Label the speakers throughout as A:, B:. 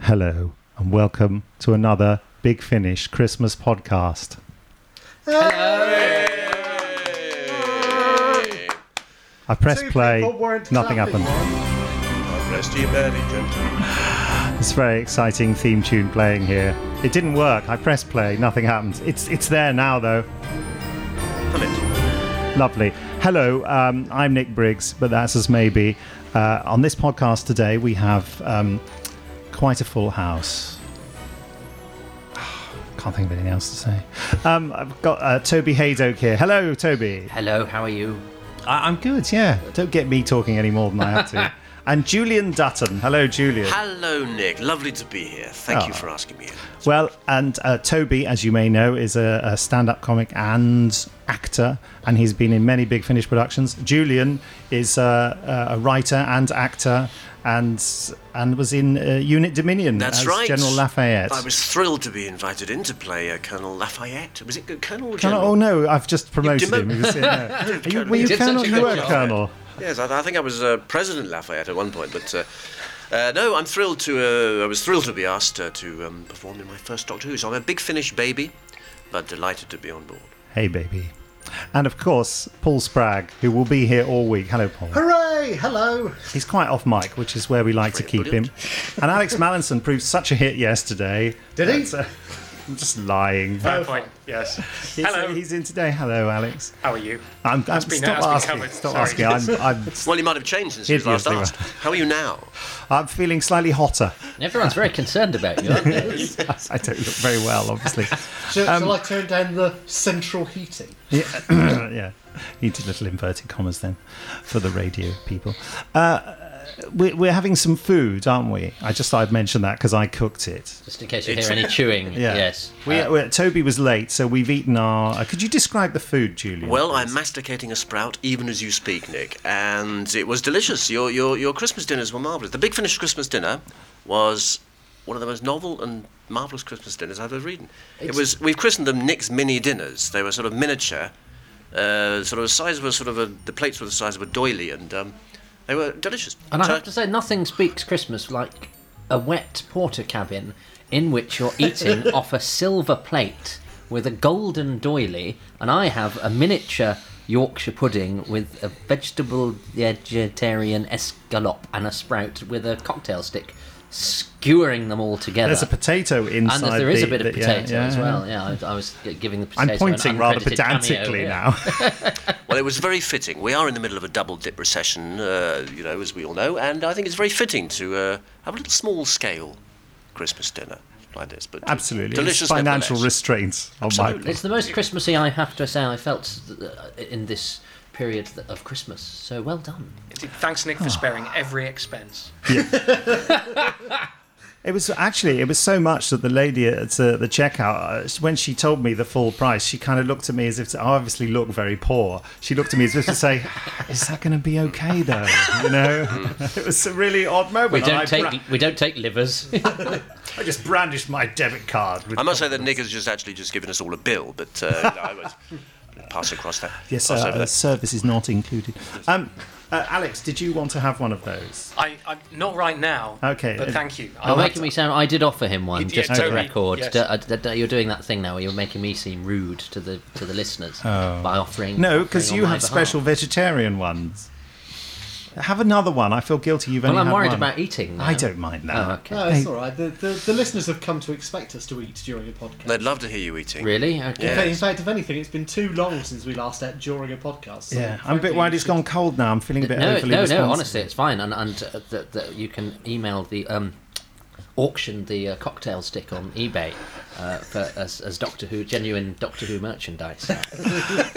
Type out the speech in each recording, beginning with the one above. A: Hello, and welcome to another Big Finish Christmas podcast. I press
B: Two
A: play,
B: people weren't
A: nothing
B: clapping.
A: happened.
C: Rest your belly, gentlemen.
A: It's a very exciting theme tune playing here. It didn't work. I pressed play, nothing happened. It's it's there now though.
C: Pull it.
A: Lovely. Hello, um, I'm Nick Briggs, but that's as maybe. Uh, on this podcast today, we have um, quite a full house. Can't think of anything else to say. Um, I've got uh, Toby Haydoke here. Hello, Toby.
D: Hello, how are you?
A: I- I'm good, yeah. Don't get me talking any more than I have to. and Julian Dutton. Hello, Julian.
C: Hello, Nick. Lovely to be here. Thank you
A: Oh.
C: for asking me. in.
A: Well, and uh, Toby, as you may know, is a, a stand up comic and actor, and he's been in many big Finnish productions. Julian is uh, a writer and actor. And and was in uh, Unit Dominion
C: That's
A: as
C: right.
A: General Lafayette.
C: I was thrilled to be invited in to play uh, Colonel Lafayette. Was it Colonel or
A: Colonel-
C: General?
A: oh no, I've just promoted
C: demo-
A: him. He was in there. Are you, were you
D: did such a
A: Colonel? You
D: good
A: were
D: job.
A: Colonel.
C: Yes, I, I think I was uh, President Lafayette at one point, but. Uh, uh, no, I'm thrilled to. Uh, I was thrilled to be asked uh, to um, perform in my first Doctor Who. So I'm a big Finnish baby, but delighted to be on board.
A: Hey, baby. And of course, Paul Spragg, who will be here all week. Hello, Paul.
B: Hooray! Hello.
A: He's quite off mic, which is where we like to keep him. And Alex Mallinson proved such a hit yesterday.
B: Did he?
A: That's, uh, I'm just lying.
E: Fair point. Yes.
A: He's,
E: Hello.
A: He's in today. Hello, Alex.
E: How are you?
A: I'm, I'm
E: been-
A: stop
E: that's been
A: asking.
E: covered.
A: Stop
E: Sorry.
A: asking. I'm, I'm,
C: Well, you might have changed since you
A: Hideously
C: last asked. How are you now?
A: I'm feeling slightly hotter.
D: Everyone's very concerned about you, aren't they?
A: I don't look very well, obviously.
B: Shall,
A: Um,
B: shall I turn down the central heating?
A: yeah, you did little inverted commas then for the radio people. Uh, we're, we're having some food, aren't we? I just thought I'd mention that because I cooked it.
D: Just in case you hear any chewing.
A: Yeah.
D: Yes.
A: We,
D: Uh,
A: we- Toby was late, so we've eaten our. Uh, could you describe the food, Julian?
C: Well, I'm masticating a sprout even as you speak, Nick, and it was delicious. Your your your Christmas dinners were marvellous. The Big Finish Christmas dinner was one of the most novel and marvellous Christmas dinners I've ever eaten. it was we've christened them Nick's mini dinners. They were sort of miniature, uh, sort of the size of a sort of a, the plates were the size of a doily, and um, they were delicious.
D: and I
C: Tur-
D: have to say, nothing speaks Christmas like a wet porter cabin in which you're eating off a silver plate with a golden doily, and I have a miniature Yorkshire pudding with a vegetable vegetarian escalope and a sprout with a cocktail stick, skewering them all together.
A: There's a potato inside.
D: uh, and there's, there is
A: the-
D: a bit of
A: the- yeah,
D: potato
A: yeah,
D: as
A: yeah.
D: well. Yeah, I, I was giving the
A: I'm
D: potato.
A: pointing
D: an
A: rather
D: uncredited cameo,
A: pedantically
D: yeah.
A: now.
C: Well, it was very fitting. We are in the middle of a double dip recession, uh, you know, as we all know, and I think it's very fitting to uh, have a little small scale Christmas dinner like this. But
A: Absolutely.
C: delicious
A: It's financial
C: nevertheless.
A: restraints on my
C: Absolutely.
A: part.
D: It's the most Christmassy I have to say I felt uh, in this period th- of Christmas. So well done.
E: Thanks, Nick, for sparing every expense.
A: It was actually it was so much that the lady at uh, the checkout uh, when she told me the full price, she kind of looked at me as if to, I obviously look very poor. She looked at me as if to say, "Is that going to be okay though?" You know, it was a really odd moment.
D: We
A: and I,
D: don't take
A: bra-
D: we don't take livers.
A: I just brandished my debit card. With
C: I must say that Nick has just actually just given us all a bill, but uh, you know, I was pass across that.
A: Yes,
C: pass
A: sir.
C: over
A: Uh,
C: that.
A: service is not included. Um, uh, Alex, did you want to have one of those?
E: I, I'm not right now.
A: Okay.
E: But thank you.
D: You're
E: I'll have
D: making me sound. I did offer him one,
E: Oh, You did,
D: just for the
E: totally,
D: record.
E: yes.
D: D- uh, d- d- you're doing that thing now where you're making me seem rude to the to the listeners by offering.
A: Oh. No,
D: offering
A: because
D: on
A: you
D: my
A: have
D: behalf.
A: special vegetarian ones. Have another one. I feel guilty. You've only
D: Well, I'm
A: had
D: worried
A: one.
D: about eating. now.
A: I don't mind that.
D: Oh, okay.
B: No, it's all right. The, the, the listeners have come to expect us to eat during a podcast.
C: They'd love to hear you eating.
D: Really? Okay.
B: In
C: Yeah.
B: fact- In fact, if anything, it's been too long since we last ate during a podcast. so
A: Yeah, I'm a bit
B: frankly,
A: worried
B: we
A: it's
B: should-
A: gone cold now. I'm feeling a bit
D: No,
A: overly
D: no, no.
A: responsible.
D: Honestly, it's fine, and and uh, the, the, you can email the um, auction the uh, cocktail stick on eBay uh, for as, as Doctor Who genuine Doctor Who merchandise.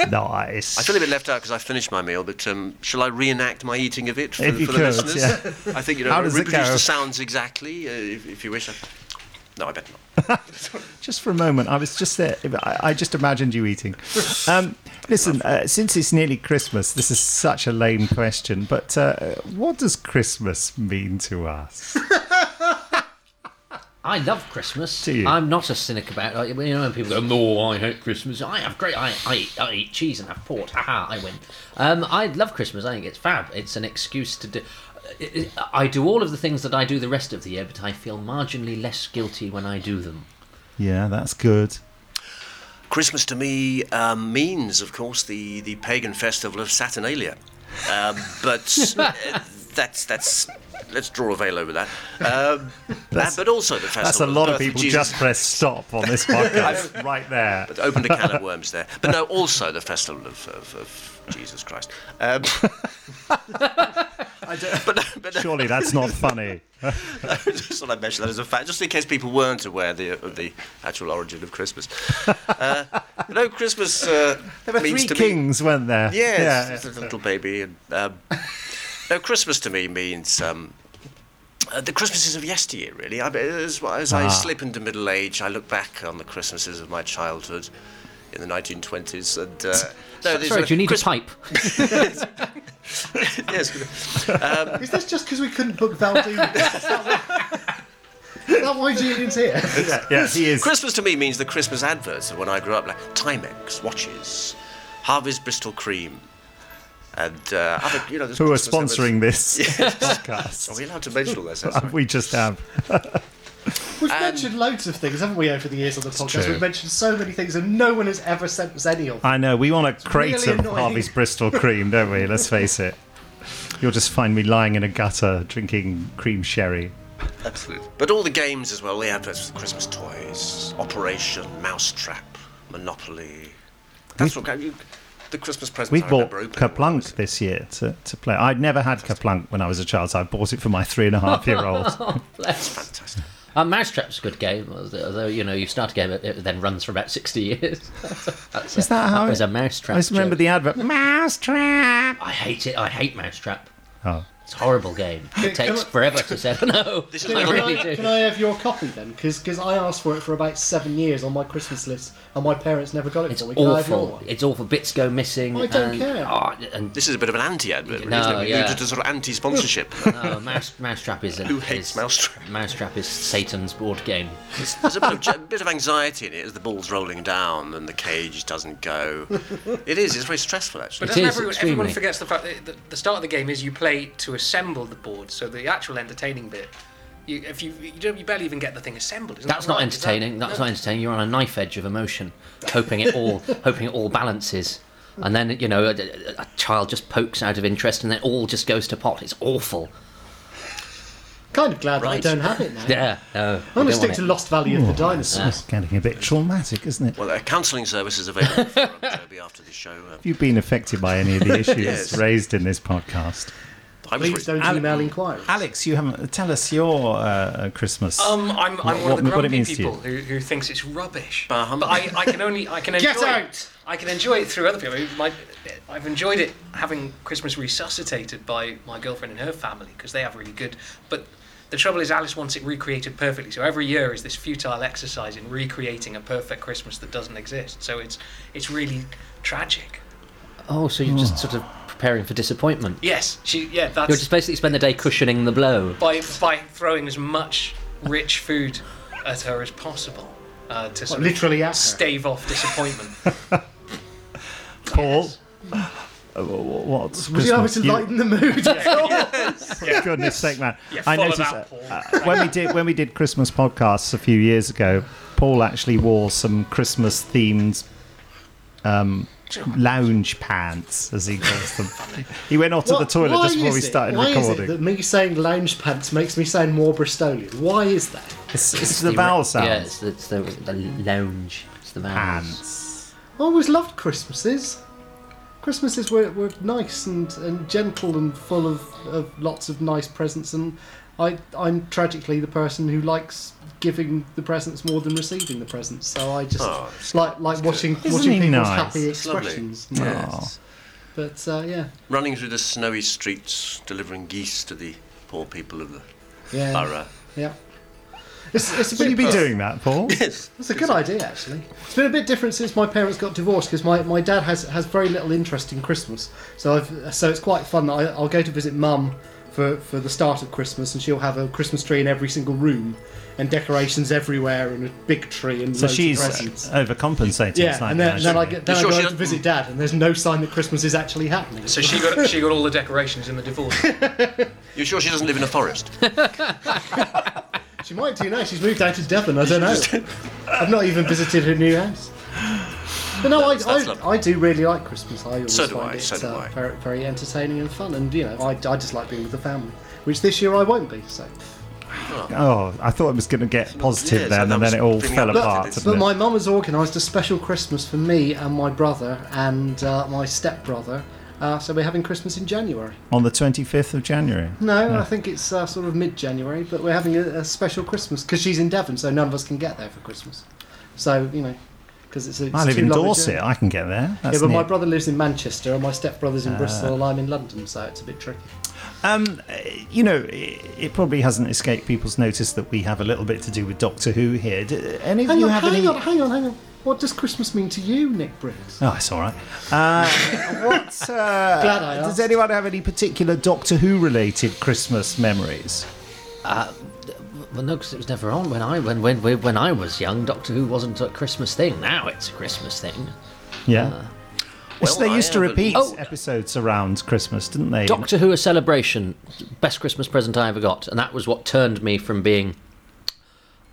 A: nice.
C: I feel a bit left out because I finished my meal, but um, shall I reenact my eating of it for,
A: If you
C: for
A: could,
C: the listeners? I think you know
A: How does it
C: reproduce
A: go?
C: the sounds exactly, uh, if, if you wish. No, I better not.
A: just for a moment, I was just there. I, I just imagined you eating. Um, listen, uh, since it's nearly Christmas, this is such a lame question, but uh, what does Christmas mean to us?
D: I love Christmas.
A: Do you?
D: I'm not a cynic about like, you know when people go, no, I hate Christmas. I have great, I, I, eat, I eat cheese and have port. Haha, I win. Um, I love Christmas. I think it's fab. It's an excuse to do. I- I do all of the things that I do the rest of the year, but I feel marginally less guilty when I do them.
A: Yeah, that's good.
C: Christmas to me um, means, of course, the, the pagan festival of Saturnalia. Um, but uh, that's that's let's draw a veil over that. Um, that but also the festival.
A: That's a lot
C: the
A: of
C: birth
A: people
C: Jesus.
A: just press stop on this podcast right there.
C: opened a can of worms there. But no, also the festival of, of, of Jesus Christ. Um, I don't- but, no- but no,
A: Surely that's not funny.
C: just thought I'd mention that as a fact, just in case people weren't aware the, of the actual origin of Christmas. Uh, but no, Christmas uh,
A: There were
C: means
A: three
C: to me.
A: kings, weren't there?
C: Yes, it's
A: Yeah.
C: a little baby. And, um, no, Christmas to me means um, uh, the Christmases of yesteryear, really. I, as as I
A: Ah.
C: slip into middle age, I look back on the Christmases of my childhood in the 1920s. And, uh, no, these
D: Sorry,
C: were
D: do you need
C: Christ-
D: a pipe?
C: yes,
B: Is this just because we couldn't book Valdez? Is that why Julian's here?
A: Yeah, yes, he is.
C: Christmas to me means the Christmas adverts of when I grew up, like Timex watches, Harvey's Bristol cream, and uh, other, you know, there's
A: Who are
C: Christmas adverts.
A: sponsoring this
C: Are
A: podcast?
C: we allowed to mention all this?
A: We just have.
B: We've mentioned loads of things, haven't we, over the years on the podcast?
A: true.
B: We've mentioned so many things, and no one has ever sent us any of them.
A: I know. We want a crate
B: really
A: of
B: annoying.
A: Harvey's Bristol cream, don't we? Let's face it. You'll just find me lying in a gutter drinking cream sherry.
C: Absolutely. But all the games as well, the adverts for the Christmas toys, Operation Mousetrap, Monopoly. That's what got you, the Christmas present.
A: We
C: I
A: bought
C: remember opening
A: Kaplunk this year to, to play. I'd never had Kaplunk when I was a child, so I bought it for my three and a half year old.
C: was fantastic.
D: Uh, Mousetrap's a good game, although you know you start a game, it- it then runs for about sixty years. That's a-
A: Is that how
D: that
A: it-
D: was a mousetrap?
A: I just remember
D: joke.
A: the advert Mousetrap!
D: I hate it. I hate Mousetrap.
A: Oh.
D: It's a horrible game. It
B: Can-
D: takes
B: can I-
D: forever to say no. This
C: is
D: I
C: like-
B: Can
D: really
B: I,
D: do.
B: can I have your copy then? Because I asked for it for about seven years on my Christmas list, and my parents never got it
D: It's
B: for me. Can I have your
D: awful.
B: one?
D: It's awful. Bits go missing.
B: I don't
D: and,
B: care.
D: Oh, and
C: This is a bit of an anti-advert, really,
D: No,
C: isn't it? We
D: yeah.
C: moved it to sort of anti-sponsorship.
D: No, oh, Mouse, Mousetrap is.
C: Who hates
D: is,
C: Mousetrap?
D: Mousetrap is Satan's board game.
C: There's a bit of, a bit of anxiety in it as the ball's rolling down and the cage doesn't go. It is. It's very stressful, actually.
D: It
E: But uh, doesn't
D: is,
E: everyone,
D: extremely.
E: everyone forgets the fact that the, the start of the game is you play to assemble the board, so the actual entertaining bit. You, if you you don't you barely even get the thing assembled. isn't
D: That's
E: that
D: not
E: right? Is that-
D: entertaining. That's not entertaining. You're on a knife edge of emotion, hoping it all, hoping it all balances, and then you know a, a child just pokes out of interest, and then it all just goes to pot. It's awful.
B: Kind of glad
C: Right.
B: that I don't have it now.
D: Yeah. No. you
B: I'm going
D: don't
B: to stick
D: want
B: to
D: it.
B: Lost Valley of the Dinosaurs.
A: It's Oh, getting a bit traumatic, isn't it?
C: Well, uh, counselling service is available for um, Toby after the show. Um,
A: Have you been affected by any of the issues
C: Yes.
A: raised in this podcast?
C: I'm
B: Please
C: free.
B: don't
A: Ale-
B: email inquiries.
A: Alex, you haven't. Tell us your uh, Christmas.
E: Um, I'm, I'm one
A: What-
E: of the
A: what it
E: grumpy
A: means to you. Uh-huh.
E: people who, who thinks it's rubbish.
C: Bah, humbug.
E: But I, I can only I can enjoy
B: Get out!
E: It. I can enjoy it through other people. I mean, My, I've enjoyed it having Christmas resuscitated by my girlfriend and her family because they have really good. But the trouble is, Alice wants it recreated perfectly. So every year is this futile exercise in recreating a perfect Christmas that doesn't exist. So it's it's really tragic.
D: Oh, so you're just sort of preparing for disappointment.
E: Yes, she yeah that's
D: You'll just basically spend the day cushioning the blow.
E: by by throwing as much rich food at her as possible uh, to sort of
B: literally at her?
E: stave off disappointment.
A: Paul. Uh, wh- wh- What's
B: Would you like me
A: Christmas?
B: to lighten the mood?
A: for goodness sake, man!
E: Yeah,
A: I
E: follow
A: noticed
E: that,
A: uh, uh, when we did when we did Christmas podcasts a few years ago, Paul actually wore some Christmas themed um, lounge pants, as he calls them. he went off to the
B: What-
A: toilet
B: why
A: just before
B: is
A: we
B: it-
A: started
B: why
A: recording.
B: Is it that me saying lounge pants makes me sound more Bristolian? Why is that?
A: It's, it's the vowel sounds.
D: Yeah, it's the, it's the, the lounge. It's the vowels.
A: Pants.
B: I always loved Christmases. Christmases were, were nice and, and gentle and full of, of lots of nice presents, and I, I'm tragically the person who likes giving the presents more than receiving the presents, so I just
C: Oh, it's
B: like like watching,
A: Isn't
B: watching
A: he
B: people's
A: nice?
B: happy
C: It's lovely.
B: expressions.
A: Aw.
B: But uh, yeah.
C: running through the snowy streets, delivering geese to the poor people of the
B: Yeah.
C: borough.
B: Yeah. It's, it's a
A: Will
B: bit
A: you be doing that, Paul?
B: That's a good idea, actually. It's been a bit different since my parents got divorced because my, my dad has, has very little interest in Christmas. So I've, so it's quite fun. I, I'll go to visit mum for, for the start of Christmas, and she'll have a Christmas tree in every single room, and decorations everywhere, and a big tree and
A: So
B: loads
A: she's uh,
B: of presents.
A: overcompensating
B: yeah,
A: slightly.
B: and then, and then I get then
C: You sure
B: I go
C: she Mm.
B: to
C: doesn't-
B: visit Dad, and there's no sign that Christmas is actually happening.
E: So she got she got all the decorations in the divorce.
C: You sure she doesn't live in a forest?
B: She might do now. She's moved down to Devon. I don't know. I've not even visited her new house. But no, I,
C: That's- that's
B: I,
C: lovely.
B: I do really like Christmas. I always
C: So do
B: find
C: I,
B: it
C: so do
B: uh,
C: I.
B: Very, very entertaining and fun. And you know, I, I just like being with the family, which this year I won't be. So,
A: Oh, I thought it was going to get positive
C: yeah, so
A: then,
C: that
A: and then
C: was
A: it all
C: bringing
A: fell
C: up- But-
A: apart.
C: but
A: didn't
B: but
A: it?
B: my mum has organised a special Christmas for me and my brother and uh, my stepbrother. Uh, so we're having Christmas in January.
A: On the 25th of January.
B: No, I think it's uh, sort of mid-January, but we're having a, a special Christmas because she's in Devon, so none of us can get there for Christmas. So you know, because it's a. It's
A: I live
B: too
A: in
B: long a
A: Dorset.
B: journey.
A: I can get there. That's
B: Yeah, but my
A: near. Ah.
B: brother lives in Manchester, and my stepbrother's in Bristol, and I'm in London, so it's a bit tricky.
A: Um, you know, it, it probably hasn't escaped people's notice that we have a little bit to do with Doctor Who here. Do any of
B: Hang
A: you
B: on,
A: have
B: hang
A: any?
B: on, hang on, hang on. What does Christmas mean to you, Nick Briggs?
A: Oh, it's all right. Uh, what? Uh,
B: Glad I
A: does
B: asked.
A: anyone have any particular Doctor Who-related Christmas memories?
D: Well, no, because it was never on when I when when when when I was young. Doctor Who wasn't a Christmas thing. Now it's a Christmas thing.
A: Yeah.
C: Well,
A: they
C: I
A: used to
C: haven't-
A: repeat
D: Oh.
A: episodes around Christmas, didn't they?
D: Doctor Who: A Celebration, best Christmas present I ever got, and that was what turned me from being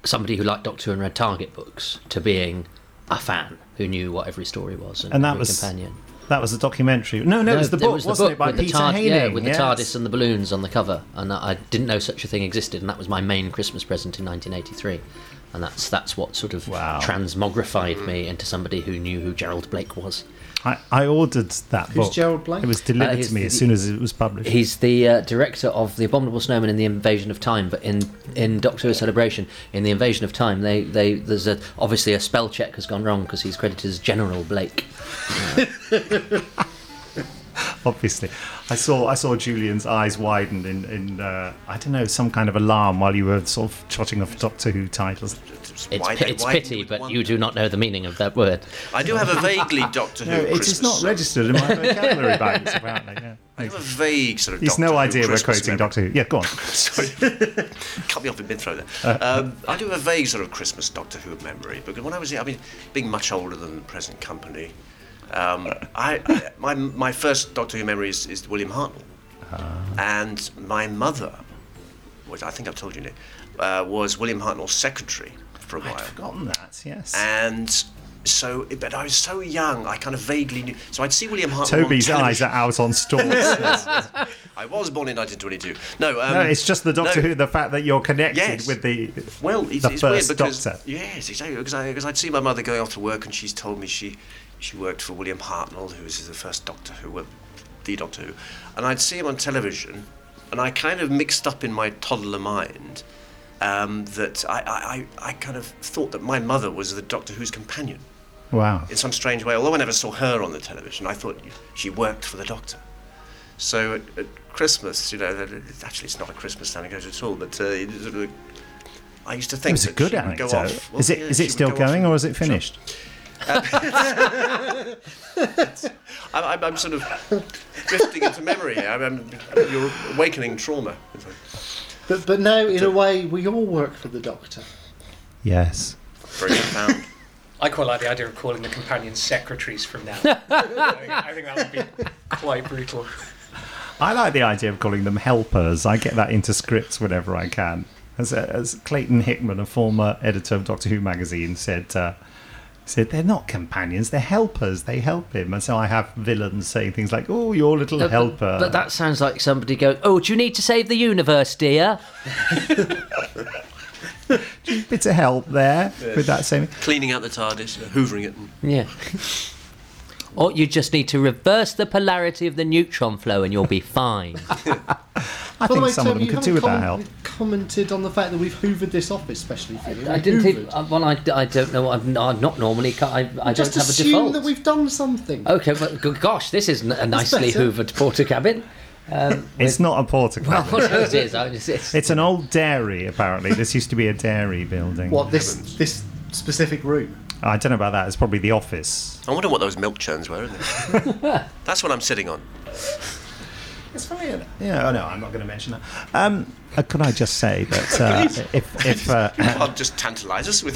D: somebody who liked Doctor Who and read Target books to being a fan who knew what every story was and,
A: And that
D: every
A: was-
D: companion.
A: That was the documentary. No, no, it was the
D: there
A: book, wasn't it? By
D: with the
A: Peter
D: tard-
A: Haining.
D: Yeah, with
A: yes.
D: the TARDIS and the balloons on the cover, and I I didn't know such a thing existed, and that was my main Christmas present in 1983, and that's that's what sort of
A: Wow.
D: transmogrified me into somebody who knew who Gerald Blake was.
A: I, I ordered that
B: Who's
A: book.
B: Gerald Blake?
A: It was delivered
D: Uh, he's
A: to me
D: the-
A: as soon as it was published.
D: He's the uh, director of the Abominable Snowman in the Invasion of Time, but in in Doctor Who Celebration, in the Invasion of Time, they they there's a obviously a spell check has gone wrong because he's credited as General Blake.
A: obviously. I saw I saw Julian's eyes widen in in uh, I don't know some kind of alarm while you were sort of trotting off Doctor Who titles.
D: It's,
C: Why
D: pi-
C: they-
D: it's
C: why
D: pity,
C: would
D: but
C: want
D: you
C: that?
D: do not know the meaning of that word.
C: I do have a vaguely Doctor Who.
A: No, it
C: Christmas
A: is not registered in my vocabulary banks apparently. Yeah.
C: I have a vague sort of.
A: He's
C: Doctor
A: no
C: Who
A: idea we're
C: Christmas
A: quoting
C: memory.
A: Doctor Who. Yeah, go on.
C: Sorry. Cut me off in mid-throw
A: Uh.
C: there. Um, I do have a vague sort of Christmas Doctor Who memory because when I was, I mean, being much older than the present company, um, I, I my my first Doctor Who memory is, is William Hartnell,
A: Uh.
C: and my mother, which I think I've told you, Nick, uh, was William Hartnell's secretary for a while.
A: I'd forgotten that. Yes.
C: and so, but I was so young, I kind of vaguely knew. So I'd see William Hartnell.
A: Toby's
C: on
A: eyes
C: television.
A: are out on
C: Um,
A: stalks.
C: I was born in 1922. No, um,
A: no, it's just the Doctor
C: no.
A: Who, the fact that you're connected
C: Yes.
A: with the.
C: Well, it's,
A: the
C: it's
A: first
C: weird because
A: Doctor.
C: yes, exactly. Because I because I'd see my mother going off to work, and she's told me she she worked for William Hartnell, who was the first Doctor Who, well, the Doctor Who, and I'd see him on television, and I kind of mixed up in my toddler mind um, that I, I, I I kind of thought that my mother was the Doctor Who's companion
A: Wow.
C: in some strange way. Although I never saw her on the television, I thought she worked for the Doctor. So at, at Christmas, you know, that- that- actually it's not a Christmas anecdote at all, but uh, it is a- I used to
A: It
C: think
A: was a
C: that
A: good
C: she would
A: anecdote.
C: Go off. Well,
A: is it is
C: yeah, she
A: it
C: would
A: still
C: go off
A: going
C: and-
A: or is it finished?
C: I'm, I'm, I'm sort of drifting into memory. here. I'm, I'm, you're awakening trauma.
B: But but no, in a way, we all work for the Doctor.
A: Yes.
C: Very profound.
E: I quite like the idea of calling the companions secretaries from now. on. I think- I think that would be quite brutal.
A: I like the idea of calling them helpers. I get that into scripts whenever I can. As, uh, as Clayton Hickman, a former editor of Doctor Who magazine, said, uh, said they're not companions, they're helpers. They help him. And so I have villains saying things like, "Oh, your little
D: But-
A: helper."
D: But, that sounds like somebody going, "Oh, do you need to save the universe, dear?"
A: bit of help there with that same.
C: Cleaning out the TARDIS, you know, hoovering it. And,
D: Yeah. or you just need to reverse the polarity of the neutron flow, and you'll be fine.
A: I
B: By the
A: think
B: way,
A: some
B: Tom,
A: of them
B: you
A: could do
B: haven't
A: without
B: comment-
A: help.
B: Commented on the fact that we've hoovered this office specially for you.
D: I didn't
B: Hoovered.
D: even. uh, Well, I, I don't know. I'm, I'm not normally. ca- I, I
B: Just
D: don't have a
B: assume
D: default. Oh,
B: that we've done something.
D: Okay, but g- gosh, this isn't a nicely
B: better.
D: hoovered porter cabin.
A: It's not a porta
D: Well,
A: cabin.
D: it is. I- It's, it's,
A: It's an old dairy, apparently. This used to be a dairy building.
B: What this this specific room?
A: I don't know about that. It's probably the office.
C: I wonder what those milk churns were. Isn't it? That's what I'm sitting on.
A: It's funny. isn't it? Yeah. Oh no, I'm not going to mention that. Um, uh, could I just say that uh, if if uh,
C: You can't just tantalise us with.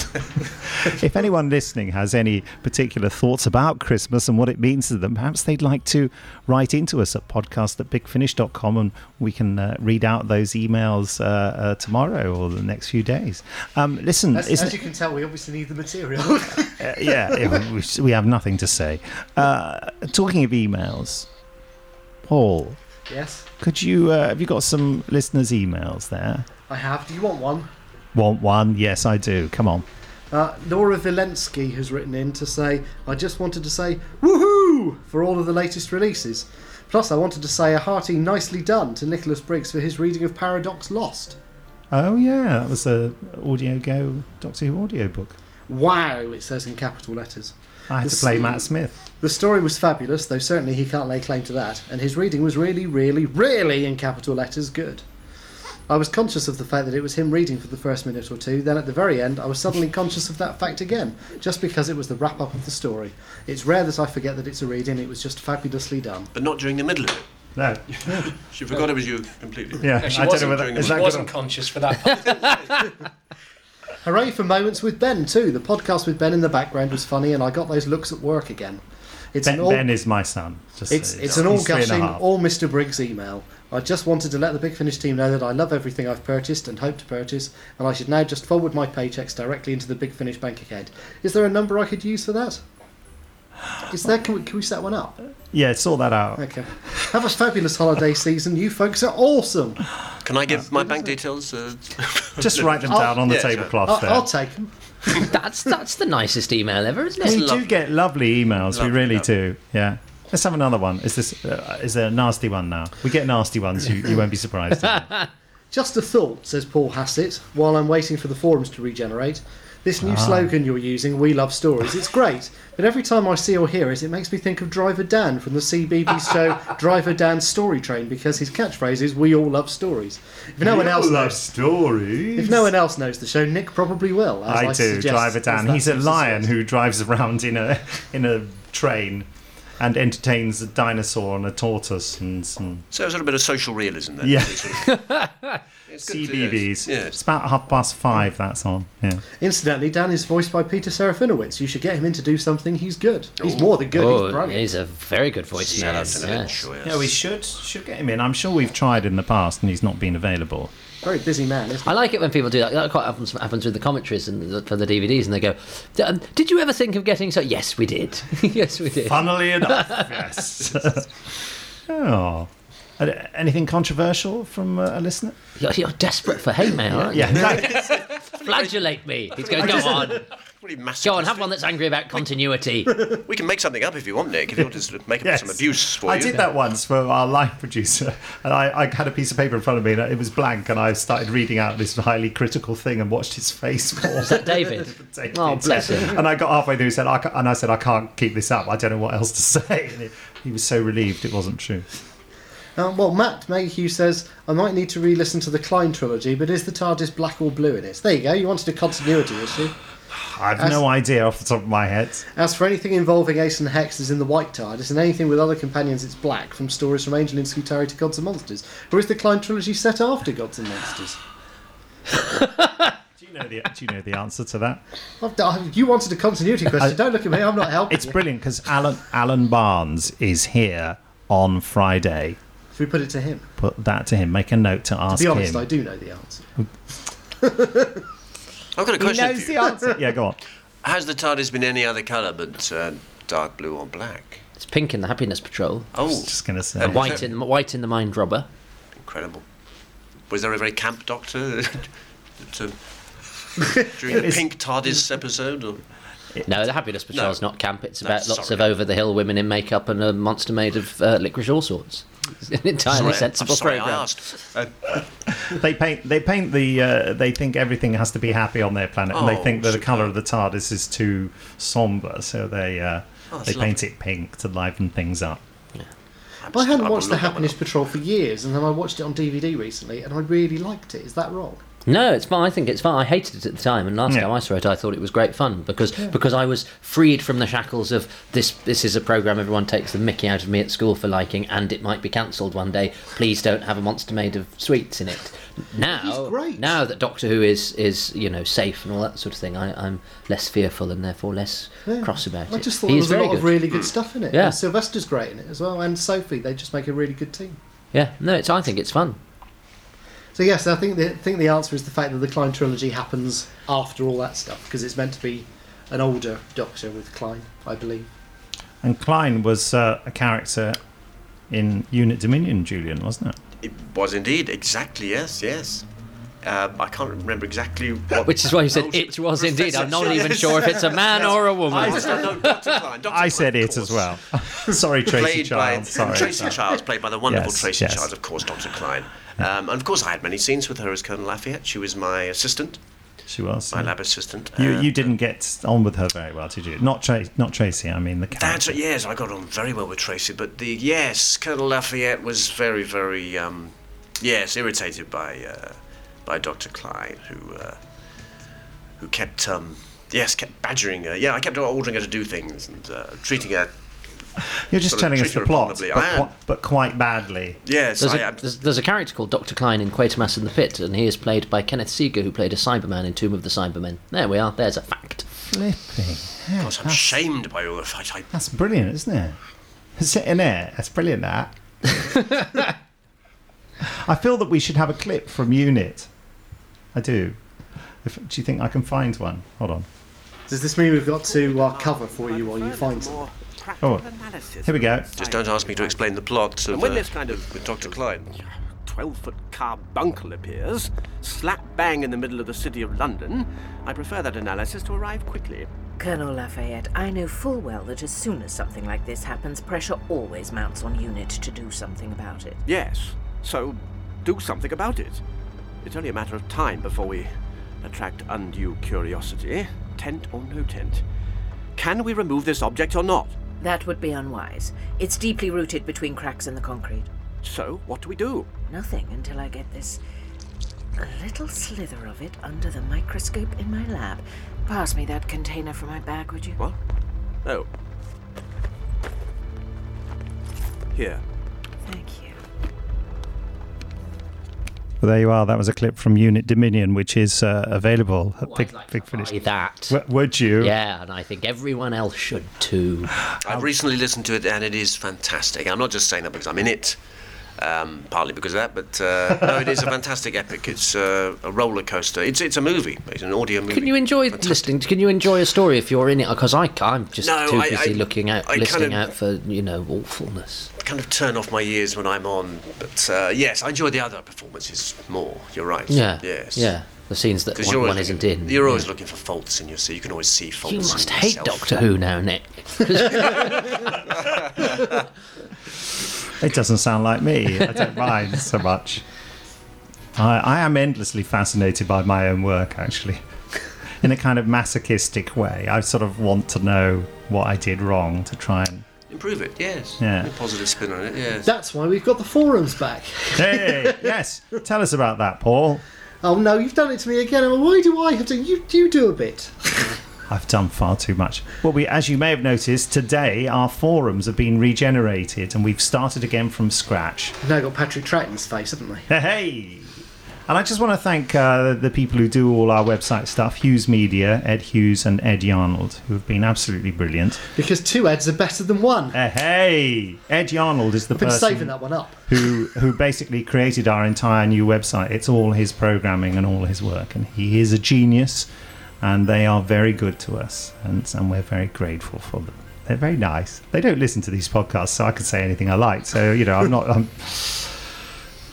A: if anyone listening has any particular thoughts about Christmas and what it means to them, perhaps they'd like to write into us at podcast at bigfinish.com and we can uh, read out those emails uh, uh, tomorrow or the next few days. Um, listen,
B: As,
A: isn't
B: as
A: it-
B: you can tell, we obviously need the material.
A: uh, yeah, yeah, we, we have nothing to say. Uh, talking of emails, Paul,
B: yes,
A: could you uh, have you got some listeners' emails there?
B: I have. Do you want one?
A: Want one? Yes, I do. Come on.
B: Uh, Laura Vilensky has written in to say, I just wanted to say woohoo for all of the latest releases. Plus, I wanted to say a hearty nicely done to Nicholas Briggs for his reading of Paradox Lost.
A: Oh yeah, that was a audio go Doctor Who audio book.
B: Wow, it says in capital letters.
A: I had
B: The
A: to play
B: same.
A: Matt Smith.
B: The story was fabulous, though certainly he can't lay claim to that, and his reading was really, really, really in capital letters good. I was conscious of the fact that it was him reading for the first minute or two, then at the very end, I was suddenly conscious of that fact again, just because it was the wrap up of the story. It's rare that I forget that it's a reading, it was just fabulously done.
C: but not during the middle of it.
A: No,
C: She forgot it was you completely.
A: yeah,
E: No, she
A: I don't know
E: wasn't
A: whether
C: doing
A: is
E: He
A: that
E: wasn't
A: good.
E: conscious for that part.
B: Hooray for Moments with Ben, too. The podcast with Ben in the background was funny, and I got those looks at work again. It's
A: Ben,
B: an all,
A: ben is my son. Just
B: it's,
A: uh,
B: it's an all
A: he's three and a
B: gushing,
A: half.
B: all Mr. Briggs email. I just wanted to let the Big Finish team know that I love everything I've purchased and hope to purchase, and I should now just forward my paychecks directly into the Big Finish bank account. Is there a number I could use for that? Is there? Can we, can we set one up?
A: Yeah, sort that out.
B: Okay. Have a fabulous holiday season. You folks are awesome.
C: Can I give my bank details? Uh,
A: Just write them
B: I'll-
A: down on the
C: yeah, sure.
A: tablecloth
B: I'll,
A: there.
B: I'll take 'em.
D: That's that's the nicest email ever, isn't it?
A: we
C: lovely.
A: do get lovely emails.
C: Lovely,
A: we really
C: lovely.
A: do. Yeah. Let's have another one. Is this uh, is there a nasty one now? We get nasty ones. You, you won't be surprised.
B: Just a thought, says Paul Hassett, while I'm waiting for the forums to regenerate. This
A: Ah.
B: new slogan you're using, We Love Stories, it's great, but every time I see or hear it, it makes me think of Driver Dan from the CBB show Driver Dan's Story Train because his catchphrase is We All Love Stories. If no one else knows,
A: stories.
B: if no one else knows the show, Nick probably will. As I,
A: I, do.
B: suggest-
A: Driver
B: as
A: Dan.
B: that
A: He's a
B: seems to
A: lion
B: suggest.
A: who drives around in a in a train and entertains a dinosaur and a tortoise and some
C: so it's sort of a bit of social realism then.
A: Yeah.
C: It's good to hear.
A: CBBS.
C: Yeah. Mm.
A: It's about half past five. That's on. Yeah.
B: Incidentally, Dan is voiced by Peter Serafinowicz. You should get him in to do something. He's good. He's more than good. he's
D: Oh,
B: brilliant.
D: he's a very good voice
C: Shout
D: man.
C: out to the
D: yes.
C: Lynch,
A: Yeah, we should should get him in. I'm sure we've tried in the past and he's not been available.
B: Very busy man, isn't he?
D: I like it when people do that. That quite often happens with the commentaries and the, for the DVDs, and they go, "D- um, "Did you ever think of getting so?" Yes, we did. yes, we did.
A: Funnily enough, yes. oh. A- Anything controversial from uh, a listener?
D: You're, you're desperate for hate mail, aren't you?
A: Yeah. no,
D: Flagellate me. He's going, "Go on,
C: Really
D: go on, have one that's angry about continuity."
C: We can make something up if you want, Nick. If you want to sort of make up
A: yes.
C: some abuse for
A: I
C: you.
A: did that once for our live producer, and I, I had a piece of paper in front of me, and it was blank, and I started reading out this highly critical thing and watched his face fall.
D: David.
A: David.
D: Oh, bless him.
A: And I got halfway through, said, I ca- and I said, I can't keep this up. I don't know what else to say. And he- he was so relieved it wasn't true.
B: Um, well, Matt Mayhew says, I might need to re listen to the Klein trilogy, but is the TARDIS black or blue in it? There you go, you wanted a continuity issue.
A: I've no idea off the top of my head.
B: As for anything involving Ace and Hex is in the white TARDIS, and anything with other companions, it's black, from stories from Angel in Scutari to Gods and Monsters. Or is the Klein trilogy set after Gods and Monsters?
A: Do you know the, do you know the answer to that?
B: I've done, you wanted a continuity question. Don't look at me, I'm not helping.
A: It's
B: you.
A: brilliant because Alan Alan Barnes is here on Friday.
B: Should we put it to him?
A: Put that to him. Make a note to ask
B: To be honest,
A: him.
B: I do know the answer.
C: I've got a question. for you.
A: answer. yeah, go on.
C: Has the TARDIS been any other colour but uh, dark blue or black?
D: It's pink in the Happiness Patrol.
A: I was
C: Oh,
A: just gonna say.
C: Uh, why-
D: White in white in the Mind Robber.
C: incredible. Was there a very camp doctor that, um, during the
A: It's-
C: pink TARDIS episode? Or?
D: No, the Happiness Patrol is
C: No.
D: not camp. It's
C: No,
D: about lots
C: sorry.
D: of over the hill women in makeup and a monster made of uh, licorice all sorts. It's an entirely
C: Sorry,
D: sensible
C: I'm sorry, I
D: program.
C: asked. Uh,
A: They paint. They paint the. Uh, they think everything has to be happy on their planet, and they
C: Oh,
A: think that the
C: superb.
A: color of the TARDIS is too somber, so they uh,
C: Oh,
A: they
C: that's
A: paint it pink to liven things up.
C: I'm
B: I
C: just-
B: hadn't
C: I will
B: watched The
C: look that one
B: Happiness
C: up.
B: Patrol for years, and then I watched it on DVD recently, and I really liked it. Is that wrong?
D: No, it's fun. I think it's fun. I hated it at the time, and last
A: Yeah.
D: time I saw it, I thought it was great fun because because I was freed from the shackles of this. This is a program everyone takes the Mickey out of me at school for liking, and it might be cancelled one day. Please don't have a monster made of sweets in it. Now,
B: He's great.
D: now that Doctor Who is is you know safe and all that sort of thing, I, I'm less fearful and therefore less
B: Yeah.
D: cross about
B: I
D: it.
B: just thought
D: He
B: there
D: is
B: was a
D: very
B: lot of
D: good. Mm.
B: really good stuff in it.
D: Yeah.
B: And Sylvester's great in it as well, and Sophie. They just make a really good team.
D: yeah, no, it's. I think it's fun.
B: So yes, I think the I think the answer is the fact that the Klein trilogy happens after all that stuff because it's meant to be an older Doctor with Klein, I believe.
A: And Klein was uh, a character in Unit Dominion, Julian, wasn't it?
C: It was indeed exactly yes, yes. Uh, I can't remember exactly what.
D: Which is why you said
C: how
D: it was indeed. I'm not
C: Professor-
D: even sure if it's a man or a woman.
C: I said, no, Dr. Klein, Dr.
A: I
C: Klein,
A: said
C: of
A: it as
C: course.
A: well. sorry, Tracy
C: Played
A: Child.
C: by
A: Sorry.
C: Tracy Childs, played by the wonderful
A: Yes,
C: Tracy
A: yes.
C: Childs, of course, Dr. Klein. Um, and of course, I had many scenes with her as Colonel Lafayette. She was my assistant,
A: She was.
C: my
A: yeah.
C: lab assistant.
A: You,
C: Um,
A: you didn't get on with her very well, did you? Not Tra- not Tracy. I mean the character.
C: That's right, yes, I got on very well with Tracy, but the yes, Colonel Lafayette was very, very um, yes, irritated by uh, by Doctor Klein, who uh, who kept um, yes, kept badgering her. Yeah, I kept ordering her to do things and uh, treating her.
A: You're just
C: sort of
A: telling us
C: treat
A: the
C: her
A: plot,
C: abominably.
A: but,
C: I am.
A: qui- but quite badly.
C: Yes,
D: There's
C: I,
D: a,
C: am-
D: there's, there's a character called Dr. Klein in Quatermass and the Pit, and he is played by Kenneth Seeger, who played a Cyberman in Tomb of the Cybermen. There we are, there's a fact.
A: Flipping. hell,
C: gosh, I'm
A: that's,
C: shamed by all the fact I
A: that's brilliant, isn't it? Sitting there, that's brilliant. That. I feel that we should have a clip from Unit. I do. If, do you think I can find one? Hold on.
B: Does this mean we've got to uh, cover for you while you find it?
A: Oh,
F: Oh,
A: here we go.
C: just don't ask me to explain the plot of,
F: And when
C: uh,
F: this kind of-
C: with Doctor Klein.
F: 12 foot carbuncle appears, slap bang in the middle of the city of London. I prefer that analysis to arrive quickly.
G: Colonel Lafayette, I know full well that as soon as something like this happens, pressure always mounts on UNIT to do something about it.
F: Yes, so do something about it. It's only a matter of time before we attract undue curiosity, tent or no tent. Can we remove this object or not?
G: That would be unwise. It's deeply rooted between cracks in the concrete.
F: So, what do we do?
G: Nothing until I get this little slither of it under the microscope in my lab. Pass me that container from my bag, would you?
F: What? Oh. Here.
G: Thank you.
A: Well, there you are. That was a clip from Unit Dominion, which is uh, available at Big, Big Finish.
D: Buy that.
A: W- would you?
D: Yeah, and I think everyone else should too.
C: I've recently listened to it and it is fantastic. I'm not just saying that because I'm in it, um, partly because of that, but uh, no, it is a fantastic epic. It's uh, a roller coaster. It's it's a movie. It's an audio movie.
D: Can you enjoy listening? Can you enjoy a story if you're in it? Because I, I'm just
C: No,
D: too
C: I-
D: busy
C: I-
D: looking out,
C: I kind
D: listening
C: of-
D: out for you know awfulness.
C: kind of turn off my ears when I'm on, but uh, yes, I enjoy the other performances more. You're right.
D: Yeah.
C: Yes.
D: Yeah. The scenes that
C: 'Cause
D: one,
C: you're always
D: one isn't
C: looking-
D: in.
C: You're always looking for faults in your, so you can always see faults.
D: You
C: in
D: must hate
C: yourself.
D: Doctor Who now, Nick.
A: It doesn't sound like me. I don't mind so much. I, I am endlessly fascinated by my own work, actually, in a kind of masochistic way. I sort of want to know what I did wrong to try and.
C: Improve it. Yes.
A: Yeah.
C: A positive spin on it. Yes.
B: That's why we've got the forums back.
A: Hey, yes, tell us about that, Paul.
B: Oh no, you've done it to me again. Well, Why do I have to? You you do a bit.
A: I've done far too much. Well, we, as you may have noticed, today our forums have been regenerated and we've started again from scratch.
B: We've now got Patrick Troughton's face, haven't we?
A: Hey! And I just want to thank uh, the people who do all our website stuff Hughes Media, Ed Hughes, and Ed Yarnold, who have been absolutely brilliant.
B: Because two Eds are better than one.
A: Uh, hey! Ed Yarnold is the
B: I've been saving
A: person
B: that one up.
A: who, who basically created our entire new website. It's all his programming and all his work, and he is a genius, and they are very good to us, and, and we're very grateful for them. They're very nice. They don't listen to these podcasts, so I can say anything I like. So you know, I'm not. I'm,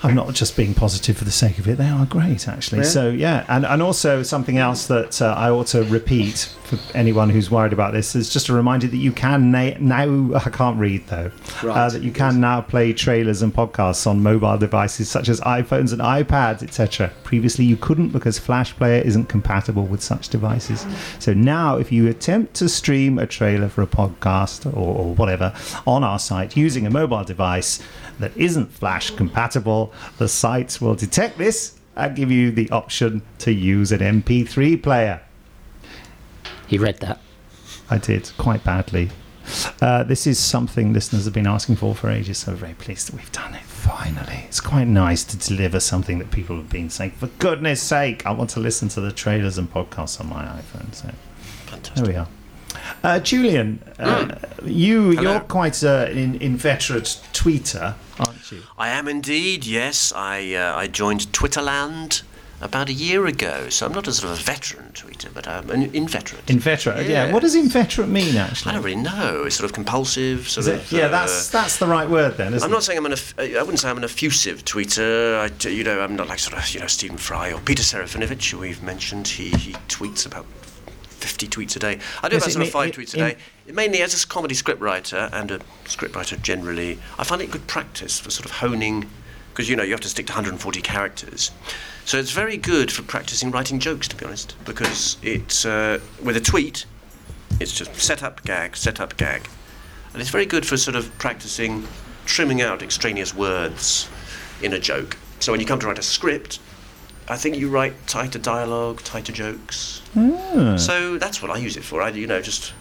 A: I'm not just being positive for the sake of it. They are great, actually.
B: Yeah.
A: So yeah, and and also something else that uh, I ought to repeat for anyone who's worried about this is just a reminder that you can na- now. I can't read though. Uh,
B: Right.
A: that you can now play trailers and podcasts on mobile devices such as iPhones and iPads, etc. Previously, you couldn't because Flash Player isn't compatible with such devices. So now, if you attempt to stream a trailer for a podcast or, or whatever on our site using a mobile device that isn't Flash compatible, the site will detect this I give you the option to use an MP3 player.
D: He read that.
A: I did quite badly. Uh, this is something listeners have been asking for for ages, so I'm very pleased that we've done it finally. It's quite nice to deliver something that people have been saying, for goodness sake, I want to listen to the trailers and podcasts on my iPhone. So there
C: Fantastic.
A: we are. Uh, Julian, uh, you,
C: Mm. Hello.
A: you're quite an in, inveterate tweeter,
C: Oh,
A: aren't you?
C: I am indeed. Yes, I uh, I joined Twitterland about a year ago, so I'm not a sort of a veteran tweeter, but I'm an inveterate.
A: Inveterate, yeah.
C: Yeah.
A: What does inveterate mean,
C: I
A: actually?
C: don't really know. It's sort of compulsive. Sort
A: Is it-
C: of.
A: yeah,
C: uh,
A: that's that's the right word then, isn't
C: I'm not
A: it?
C: saying I'm an. eff- I wouldn't say I'm an effusive tweeter. I t you know, I'm not like sort of you know Stephen Fry or Peter Serafinovich, who we've mentioned. He he tweets about. 50 tweets a day. I
A: Yes,
C: do about
A: it
C: sort
A: ma-
C: of five
A: it-
C: tweets a
A: in-
C: day. Mainly as a comedy scriptwriter and a scriptwriter generally, I find it good practice for sort of honing, because you know you have to stick to 140 characters. So it's very good for practicing writing jokes, to be honest, because it's uh, with a tweet, it's just set up gag, set up gag. And it's very good for sort of practicing trimming out extraneous words in a joke. So when you come to write a script, I think you write tighter dialogue, tighter jokes. So that's what I use it for. I, you know, just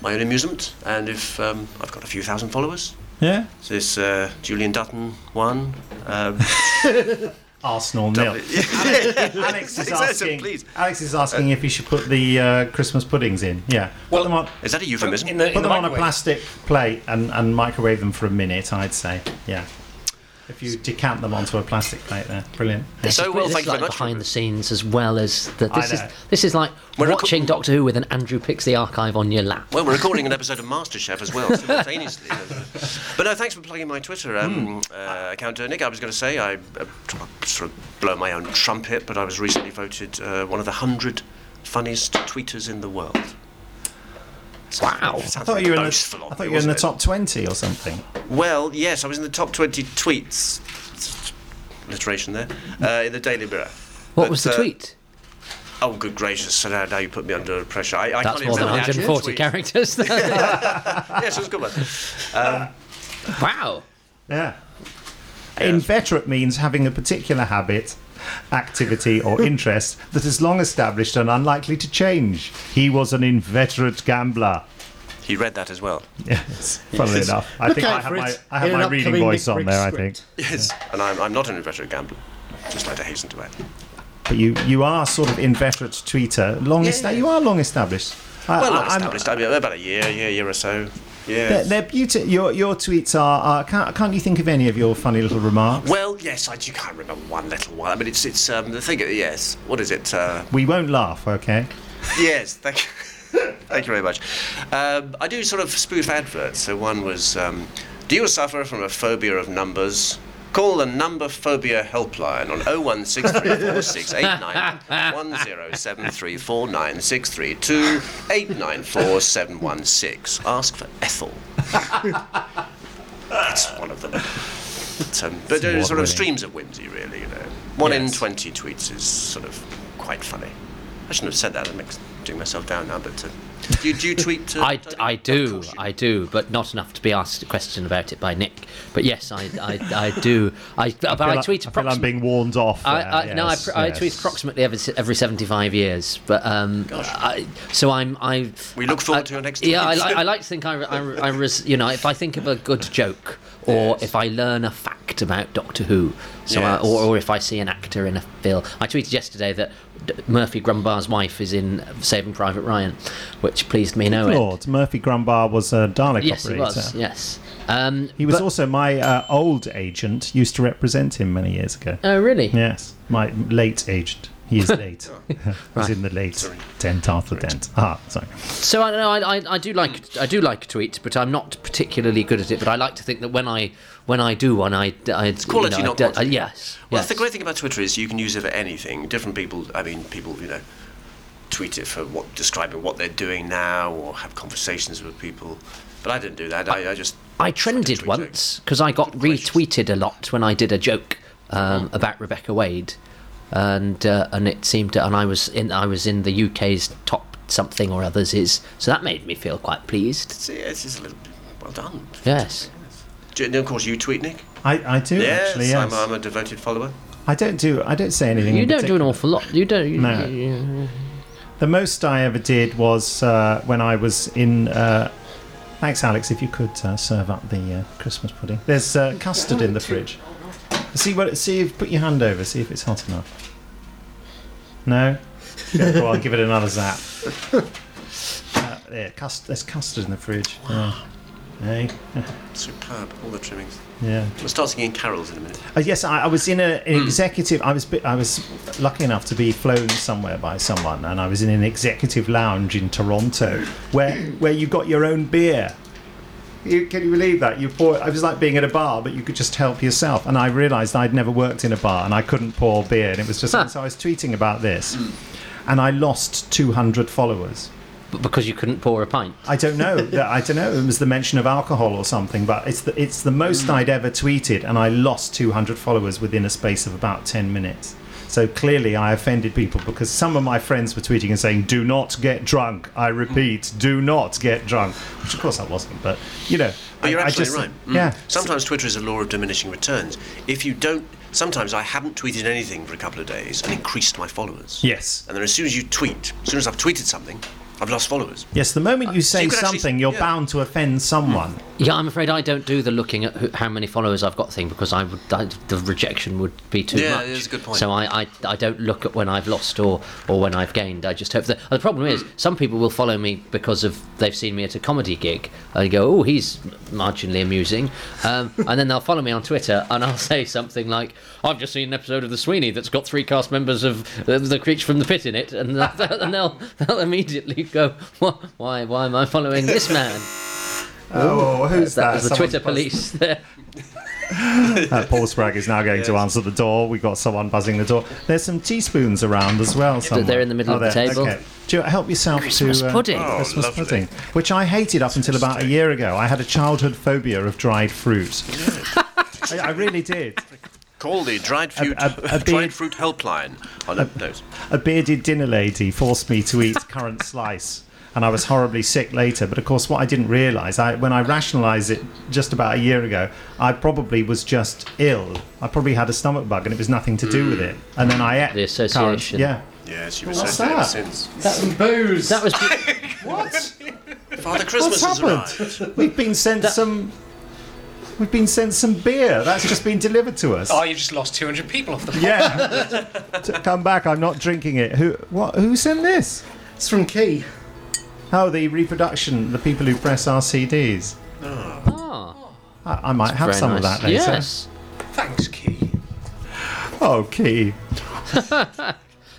C: my own amusement. And if um, I've got a few thousand followers,
A: Yeah?
C: so this uh, Julian Dutton one. Um,
A: Arsenal nil. Alex is
C: Exactly,
A: asking.
C: please.
A: Alex is asking if he should put the uh, Christmas puddings in. Yeah, put
E: Well,
A: them on,
C: is that a euphemism?
E: in the,
A: put
E: in the
A: them on a
E: microwave.
A: plastic plate and, and microwave them for a minute. I'd say, yeah. If you decant them onto a plastic plate, there, brilliant. Yeah.
C: So,
D: This is-
C: well,
D: this
C: thank
D: is
C: you
D: like
C: very much.
D: behind the scenes as well as the,
A: I
D: this is
A: know.
D: this is like
C: We're reco-
D: watching Doctor Who with an Andrew picks the archive on your lap.
C: Well, we're recording an episode of MasterChef as well simultaneously. but no, thanks for plugging my Twitter um,
D: Hmm.
C: uh, account, uh, Nick. I was going to say I uh, t- sort of blow my own trumpet, but I was recently voted uh, one of the hundred funniest tweeters in the world.
D: wow.
C: Sounds
A: I thought you were in the,
C: boastful of
A: I
C: me,
A: thought you were in the
C: wasn't it?
A: top twenty or something.
C: Well, yes, I was in the top twenty tweets. Alliteration there uh, in the Daily Mirror.
D: What
C: But,
D: was the
C: uh,
D: tweet?
C: Oh, good gracious! So now, now you put me under pressure. I, I
D: That's
C: can't
D: more
C: even
D: than
C: remember the actual
D: 140
C: tweet.
D: characters.
C: Yes, it was a good one.
D: wow.
A: Yeah. Inveterate means having a particular habit, activity, or interest that is long established and unlikely to change. He was an inveterate gambler.
C: He read that as well.
A: Yes, funnily enough. I
B: Look
A: think
B: out
A: I have
B: for
A: my,
B: it
A: I have
B: in an
A: my reading
B: upcoming
A: voice
B: Nick
A: on
B: Briggs
A: there, I
B: script.
A: think.
C: Yes, and I'm, I'm not an inveterate gambler. Just like to hasten to add.
D: Uh,
A: But you, you are sort of inveterate tweeter. Long
C: Yeah,
A: esta-
C: yeah.
A: You are long established. I-
C: Well,
A: I-
C: not
A: I'm-
C: established. I mean, about a year, year, year or so.
A: They're,
C: Yeah.
A: they're beauti- your, your tweets are. are can't, can't you think of any of your funny little remarks?
C: Well, yes, I do can't remember one little one. I mean, it's it's um, the thing. Yes, what is it? Uh,
A: We won't laugh, okay?
C: yes, thank you, thank you very much. Um, I do sort of spoof adverts. So one was, um, do you suffer from a phobia of numbers? Call the number phobia helpline on oh 01634689107349632894716. Ask for Ethel. That's
D: Uh,
C: one of them. But, um, but they're sort
A: award-winning.
C: of streams of whimsy, really. You know, one in
A: Yes.
C: twenty tweets is sort of quite funny. I shouldn't have said that. I'm ex- doing myself down now. But uh, do, you, do you tweet? uh, To
D: I, I do, I do, but not enough to be asked a question about it by Nick. But yes, I, I, I do. I, but I,
A: feel like-
D: tweet
A: I feel I'm
D: approximately.
A: being warned off.
D: I,
A: there,
D: I, no, I,
A: yes,
D: pr- I
A: yes.
D: tweet approximately every se- every seventy five years, but um, I, so I'm I.
C: We look forward
D: I-
C: to your next
D: Yeah, I,
C: tweet.
D: li- I like to think I, re- I, re- I res- you know if I think of a good joke or if I learn a fact about Doctor Who, so I,
C: Yes.
D: or or if I see an actor in a film. I tweeted yesterday that D- Murphy Grumbar's wife is in Saving Private Ryan, which pleased me no end.
A: Lord, Murphy Grumbar was a Dalek
D: Yes,
A: operator.
D: he was. Yes. Um,
A: He was
D: but-
A: also my uh, old agent, used to represent him many years ago.
D: Oh really?
A: Yes, my late agent. He is late. He's in the late dent after dent. Ah, sorry.
D: So I don't know. I, I, I do
C: Hmm.
D: like I do like a tweet, but I'm not particularly good at it. But I like to think that when I when I do one, I, I it's
C: quality,
D: you know, I
C: not
D: do-
C: quantity.
D: uh, yes. yes.
C: Well, that's the great thing about Twitter is you can use it for anything. Different people, I mean, people, you know, tweet it for what describing what they're doing now or have conversations with people. But I didn't do that. I, I just
D: I trended
C: tweet
D: once because I got
C: gracious.
D: retweeted a lot when I did a joke
C: Hmm.
D: um, about Rebecca Wade, and uh, and it seemed to, and I was in I was in the UK's top something or others is so that made me feel quite pleased.
C: See, it's just a little bit well done.
D: Yes.
C: Do you- and of course, you tweet, Nick.
A: I, I do
C: Yes,
A: actually. Yes.
C: I'm, I'm a devoted follower.
A: I don't do. I don't say anything.
D: You
A: in
D: don't do an
A: particular.
D: awful lot. You don't. you-
A: No.
D: you-
A: The most I ever did was uh, when I was in. Uh, thanks, Alex. If you could uh, serve up the uh, Christmas pudding. There's uh, custard in the fridge. See what? See if put your hand over. See if it's hot enough. No. Good, well, I'll give it another zap. Uh, yeah, cust- there's custard in the fridge. Yeah. Hey,
C: Superb. All the trimmings.
A: yeah.
C: We'll start singing carols in a minute.
A: Uh, yes, I, I was in a, an executive. I was bi- I was lucky enough to be flown somewhere by someone, and I was in an executive lounge in Toronto, where where you got your own beer. You, can you believe that? You pour. I was like being at a bar, but you could just help yourself. And I realised I'd never worked in a bar, and I couldn't pour beer, and it was just.
D: Huh.
A: So I was tweeting about this, and I lost 200 followers.
D: But because you couldn't pour a pint.
A: I don't know. The- I don't know. It was the mention of alcohol or something, but it's the it's the most
C: Hmm.
A: I'd ever tweeted, and I lost 200 followers within a space of about 10 minutes. So clearly, I offended people because some of my friends were tweeting and saying, "Do not get drunk." I repeat,
C: Hmm.
A: "Do not get drunk," which of course I wasn't, but you know,
C: But
A: I-
C: you're
A: I
C: absolutely
A: just-
C: right. Mm.
A: Yeah,
C: Sometimes Twitter is a law of diminishing returns. If you don't, sometimes I haven't tweeted anything for a couple of days and increased my followers.
A: yes,
C: And then as soon as you tweet, as soon as I've tweeted something, I've lost followers.
A: yes. The moment you say
C: Uh, you could actually-
A: something, you're
C: yeah.
A: bound to offend someone.
D: Yeah, I'm afraid I don't do the looking at who, how many followers I've got thing because I would I, the rejection would be too
C: Yeah,
D: much.
C: that's a good point.
D: So I, I I don't look at when I've lost or or when I've gained. I just hope that the problem is some people will follow me because of they've seen me at a comedy gig. They go, oh, he's marginally amusing, um, and then they'll follow me on Twitter and I'll say something like, I've just seen an episode of The Sweeney that's got three cast members of uh, The Creature from the Pit in it, and, they'll- and they'll they'll immediately go, "Why- why why am I following this man?
A: Oh, who's
D: That was the
A: Someone's buzzed-
D: Twitter police there.
A: Uh, Paul Spragg is now going to answer the door. We've got someone buzzing the door. There's some teaspoons around as well. Somewhere. Oh,
D: they're in the middle of the
A: there.
D: table.
A: Okay. Do you help yourself
D: Christmas
A: to uh,
D: pudding. Oh,
A: Christmas
C: lovely.
A: pudding, which I hated up until about a year ago. I had a childhood phobia of dried fruit. I, I really did.
C: Call the dried fruit,
A: a- a beard-
C: dried fruit helpline. Oh, no, no.
A: A bearded dinner lady forced me to eat currant slice. And I was horribly sick later, but of course, what I didn't realise, I, when I rationalised it just about a year ago, I probably was just ill. I probably had a stomach bug, and it was nothing to do with it. And then I ate
D: The association.
A: currant- Yeah,
C: Yes, you've
A: What's that?
C: associated since.
B: Some booze.
D: That was
A: What?
C: Father
A: What's
C: Christmas has arrived.
A: happened? We've been sent some. We've been sent some beer. That's just been delivered to us.
E: Oh, you just lost 200 people off the plane.
A: yeah. To Come back. I'm not drinking it. Who? What? Who sent this?
B: It's from Key.
A: Oh, the reproduction. The people who press our CDs.
D: ah,
A: I, I might have
D: very
A: some of
D: nice.
A: that later.
D: Yes,
E: Thanks, Key.
A: Okay.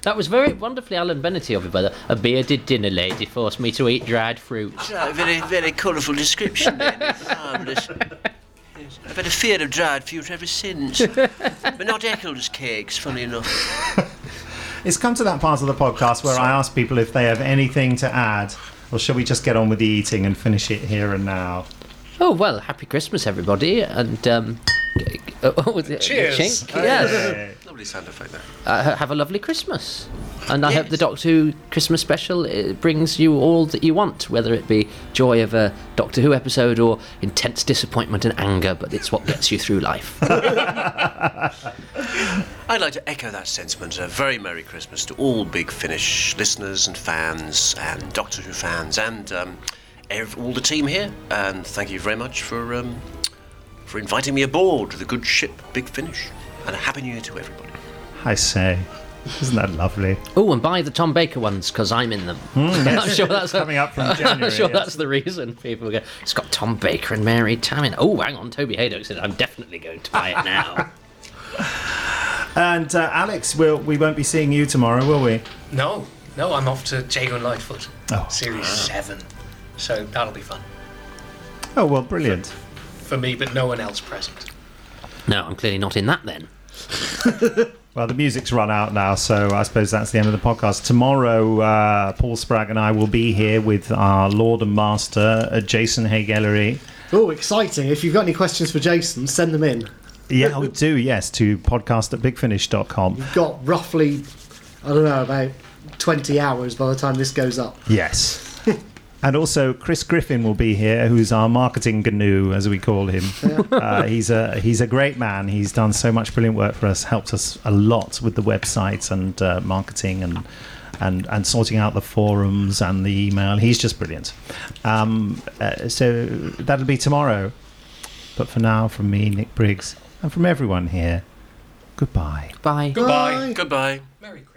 D: that was very wonderfully Alan Bennett of you, brother. A bearded dinner lady forced me to eat dried fruit.
C: Ah, very, very colourful description. Then. Marvellous. Yes. I've had a fear of dried fruit ever since. but not Eccles cakes, funny enough.
A: It's come to that part of the podcast where I ask people if they have anything to add, or shall we just get on with the eating and finish it here and now?
D: Oh well, happy Christmas, everybody, and um, oh, was it-
E: Cheers.
D: chink? Yes,
A: Okay.
C: Lovely sound effect there.
D: uh, have a lovely Christmas, and I hope
C: Yes.
D: the Doctor Who Christmas special uh, brings you all that you want, whether it be joy of a Doctor Who episode or intense disappointment and anger. But it's what gets you through life.
C: I'd like to echo that sentiment. A very Merry Christmas to all Big Finish listeners and fans, and Doctor Who fans, and um, ev- all the team here. And thank you very much for um, for inviting me aboard the good ship Big Finish. And a happy new year to everybody.
A: I say, isn't that lovely?
D: oh, and buy the Tom Baker ones because I'm in them. I'm sure that's
A: Hmm, Coming up from January.
D: I'm sure
A: yes.
D: that's the reason people go. It's got Tom Baker and Mary Tamin. Oh, hang on, Toby Haydock's in it. I'm definitely going to buy it now.
A: And uh, Alex, we'll, we won't be seeing you tomorrow, will we?
E: No, no, I'm off to Jago and Lightfoot,
A: Oh.
E: Series 7. So that'll be fun
A: Oh, well, brilliant.
E: for me, but no one else present.
D: no, I'm clearly not in that then.
A: Well, the music's run out now, so I suppose that's the end of the podcast. Tomorrow, uh, Paul Sprague and I will be here with our Lord and Master, uh, Jason Hagellery.
B: Oh, exciting. If you've got any questions for Jason, send them in.
A: Yeah, I do, yes, to podcast at bigfinish.com.
B: Got roughly, I don't know, about 20 hours by the time this goes up.
A: Yes. And also, Chris Griffin will be here, who's our marketing gnu, as we call him. uh, he's a he's a great man. He's done so much brilliant work for us. Helped us a lot with the website and uh, marketing and. And, and sorting out the forums and the email. He's just brilliant. Um, uh, so that'll be tomorrow. But for now, from me, Nick Briggs, and from everyone here, goodbye.
D: Bye.
E: Goodbye.
C: Goodbye.
E: Merry Christmas.